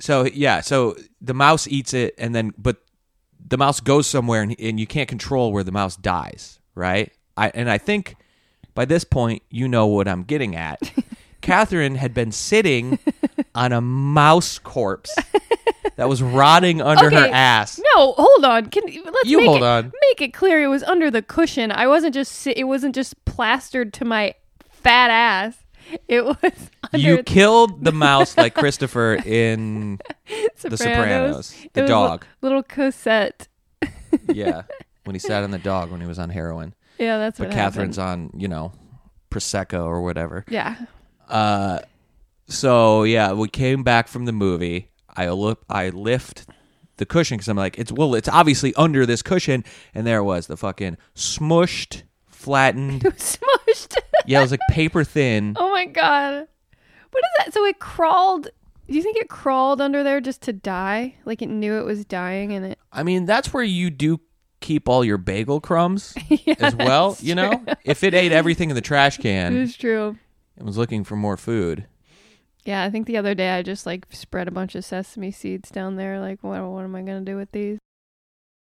So yeah, so the mouse eats it, and then but the mouse goes somewhere, and, and you can't control where the mouse dies, right? I and I think by this point you know what I'm getting at. Catherine had been sitting on a mouse corpse that was rotting under her Okay. ass. No, hold on. Can let's You make hold it, on. Make it clear it was under the cushion. I wasn't just si- it wasn't just plastered to my fat ass. It was under You killed the mouse like Christopher in Sopranos. The Sopranos, the It was dog. li- little Cosette. yeah when he sat on the dog when he was on heroin. Yeah, that's But what Catherine's on you know prosecco or whatever. happened. Uh, so yeah, we came back from the movie. I look, I lift the cushion because I'm like, it's well, it's obviously under this cushion, and there was the fucking smushed, flattened. Yeah. Smushed. yeah, it was like paper thin. oh my god. What is that? So it crawled do you think it crawled under there just to die? Like it knew it was dying and it I mean, that's where you do keep all your bagel crumbs as well. You know, if it ate everything in the trash it can was true. and was looking for more food. Yeah, I think the other day I just like spread a bunch of sesame seeds down there. Like, what, what am I going to do with these?